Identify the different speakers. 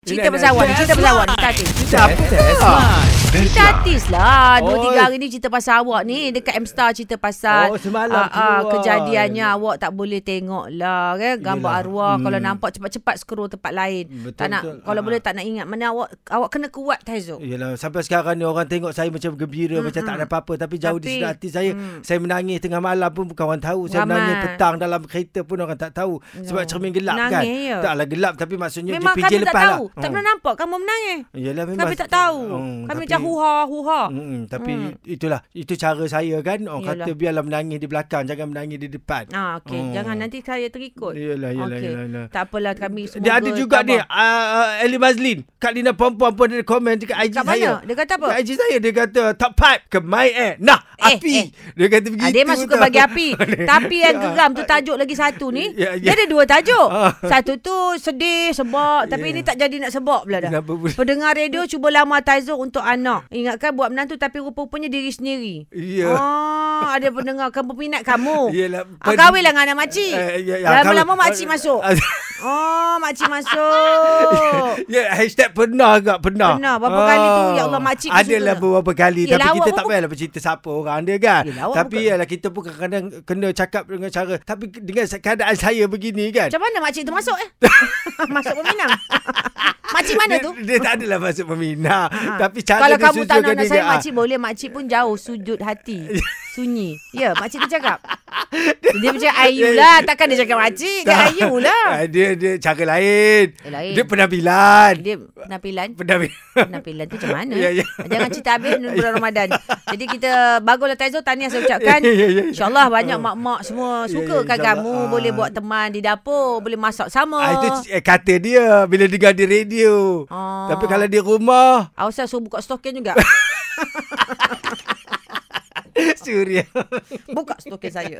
Speaker 1: Cinta pesawat ni, Cinta pesawat ni Tatis
Speaker 2: Cerita apa Tess?
Speaker 1: Cerita artis lah Dua
Speaker 2: Oh.
Speaker 1: tiga hari ni cerita pasal awak ni Dekat M-Star cerita pasal
Speaker 2: Oh, semalam
Speaker 1: ah, ah,
Speaker 2: keluar.
Speaker 1: Kejadiannya awak tak boleh tengok lah kan? Gambar
Speaker 2: Yelah.
Speaker 1: arwah
Speaker 2: Hmm.
Speaker 1: Kalau nampak cepat-cepat scroll tempat lain
Speaker 2: Betul,
Speaker 1: Tak nak
Speaker 2: betul.
Speaker 1: Kalau
Speaker 2: Ah. Eh,
Speaker 1: boleh tak nak ingat Mana awak Awak kena kuat Taizo
Speaker 2: Yelah sampai sekarang ni orang tengok saya macam gembira mm, macam tak ada apa-apa tapi jauh di
Speaker 1: Tapi-
Speaker 2: sudut hati saya mm. saya menangis tengah malam pun bukan orang tahu saya
Speaker 1: Ramai.
Speaker 2: menangis petang dalam kereta pun orang tak tahu sebab
Speaker 1: No.
Speaker 2: cermin gelap
Speaker 1: Menangis
Speaker 2: kan
Speaker 1: ya.
Speaker 2: taklah gelap tapi maksudnya
Speaker 1: Memang
Speaker 2: dia pijil
Speaker 1: kami tak
Speaker 2: lepas
Speaker 1: tahu
Speaker 2: lah Eh,
Speaker 1: Tak pernah nampak kamu menangis
Speaker 2: Yelah memang
Speaker 1: Kami tak tahu
Speaker 2: Hmm,
Speaker 1: Kami
Speaker 2: tapi-
Speaker 1: macam huha huha
Speaker 2: Mm, tapi itulah itu cara saya kan orang
Speaker 1: Yelah.
Speaker 2: kata biarlah menangis di belakang jangan menangis di depan
Speaker 1: Ah, okay.
Speaker 2: Hmm.
Speaker 1: Jangan nanti saya terikut.
Speaker 2: Yelah, yelah,
Speaker 1: Okey.
Speaker 2: yelah, yelah.
Speaker 1: Tak apalah kami semua.
Speaker 2: dia ada juga ni uh, Ali Mazlin Kak Lina Pompom pun ada komen dekat IG
Speaker 1: Kat
Speaker 2: saya
Speaker 1: mana? Dia kata apa?
Speaker 2: Dekat IG saya dia kata Top 5 kemai eh Nah
Speaker 1: Eh,
Speaker 2: api
Speaker 1: eh.
Speaker 2: Dia kata begitu
Speaker 1: Ah, dia memang suka
Speaker 2: tau.
Speaker 1: bagi api. Tapi yang
Speaker 2: Ah,
Speaker 1: geram tu tajuk lagi satu ni.
Speaker 2: Ya,
Speaker 1: Dia
Speaker 2: ya.
Speaker 1: ada dua tajuk.
Speaker 2: Ah.
Speaker 1: Satu tu sedih, sebab. Tapi
Speaker 2: Ya.
Speaker 1: ini tak jadi nak sebab pula dah.
Speaker 2: Kenapa pula?
Speaker 1: Pendengar radio cuba lamar Taizo untuk anak. Ingatkan buat menantu tapi rupa-rupanya diri sendiri.
Speaker 2: Ya.
Speaker 1: Ah, ada pendengar kamu peminat kamu.
Speaker 2: Yelah,
Speaker 1: ah,
Speaker 2: pen-
Speaker 1: kahwin lah dengan anak makcik.
Speaker 2: Eh, ya, ya,
Speaker 1: Lama-lama
Speaker 2: kahwin.
Speaker 1: makcik masuk.
Speaker 2: Ah,
Speaker 1: Oh, makcik masuk.
Speaker 2: Ya, hashtag pernah agak pernah. Oh.
Speaker 1: Pernah. Berapa kali tu, ya Allah, makcik tu
Speaker 2: Adalah
Speaker 1: suka.
Speaker 2: beberapa kali.
Speaker 1: Yelah,
Speaker 2: Yelah,
Speaker 1: awak
Speaker 2: tapi kita
Speaker 1: pun
Speaker 2: tak
Speaker 1: bu-
Speaker 2: payahlah bercerita siapa orang dia kan.
Speaker 1: Yelah, awak
Speaker 2: tapi
Speaker 1: bukan-
Speaker 2: ialah kita pun kadang-kadang kena cakap dengan cara. Tapi dengan keadaan saya begini kan.
Speaker 1: Macam mana makcik tu masuk eh? masuk peminang. makcik mana tu? Ha.
Speaker 2: Dia, dia tak adalah masuk meminah. Tapi cara
Speaker 1: Kalau
Speaker 2: dia
Speaker 1: kamu tak nak
Speaker 2: susukan
Speaker 1: anak
Speaker 2: dia,
Speaker 1: saya
Speaker 2: ah.
Speaker 1: makcik boleh Makcik pun jauh sujud hati Sunyi Ya makcik tu cakap Dia macam Ayu lah Takkan dia cakap makcik Dia
Speaker 2: Tak.
Speaker 1: Ayu lah
Speaker 2: Ah, Dia dia cara lain.
Speaker 1: Eh, lain.
Speaker 2: Dia penampilan.
Speaker 1: Dia penampilan
Speaker 2: Penampilan.
Speaker 1: Penampilan tu macam mana
Speaker 2: Ya, ya.
Speaker 1: Jangan cerita habis Dalam bulan Ramadan Jadi kita Baguslah Taizo Tahniah saya ucapkan
Speaker 2: Ya, ya, ya, ya.
Speaker 1: InsyaAllah banyak mak-mak semua
Speaker 2: Ya,
Speaker 1: Suka
Speaker 2: ya,
Speaker 1: kan
Speaker 2: insyaAllah.
Speaker 1: kamu
Speaker 2: Ah.
Speaker 1: Boleh buat teman di dapur Boleh masak sama
Speaker 2: Ah, itu eh, kata dia bila dengar di radio.
Speaker 1: Ah.
Speaker 2: Tapi kalau di rumah,
Speaker 1: Awak saya suruh buka stokin juga
Speaker 2: suria.
Speaker 1: Buka stokin saya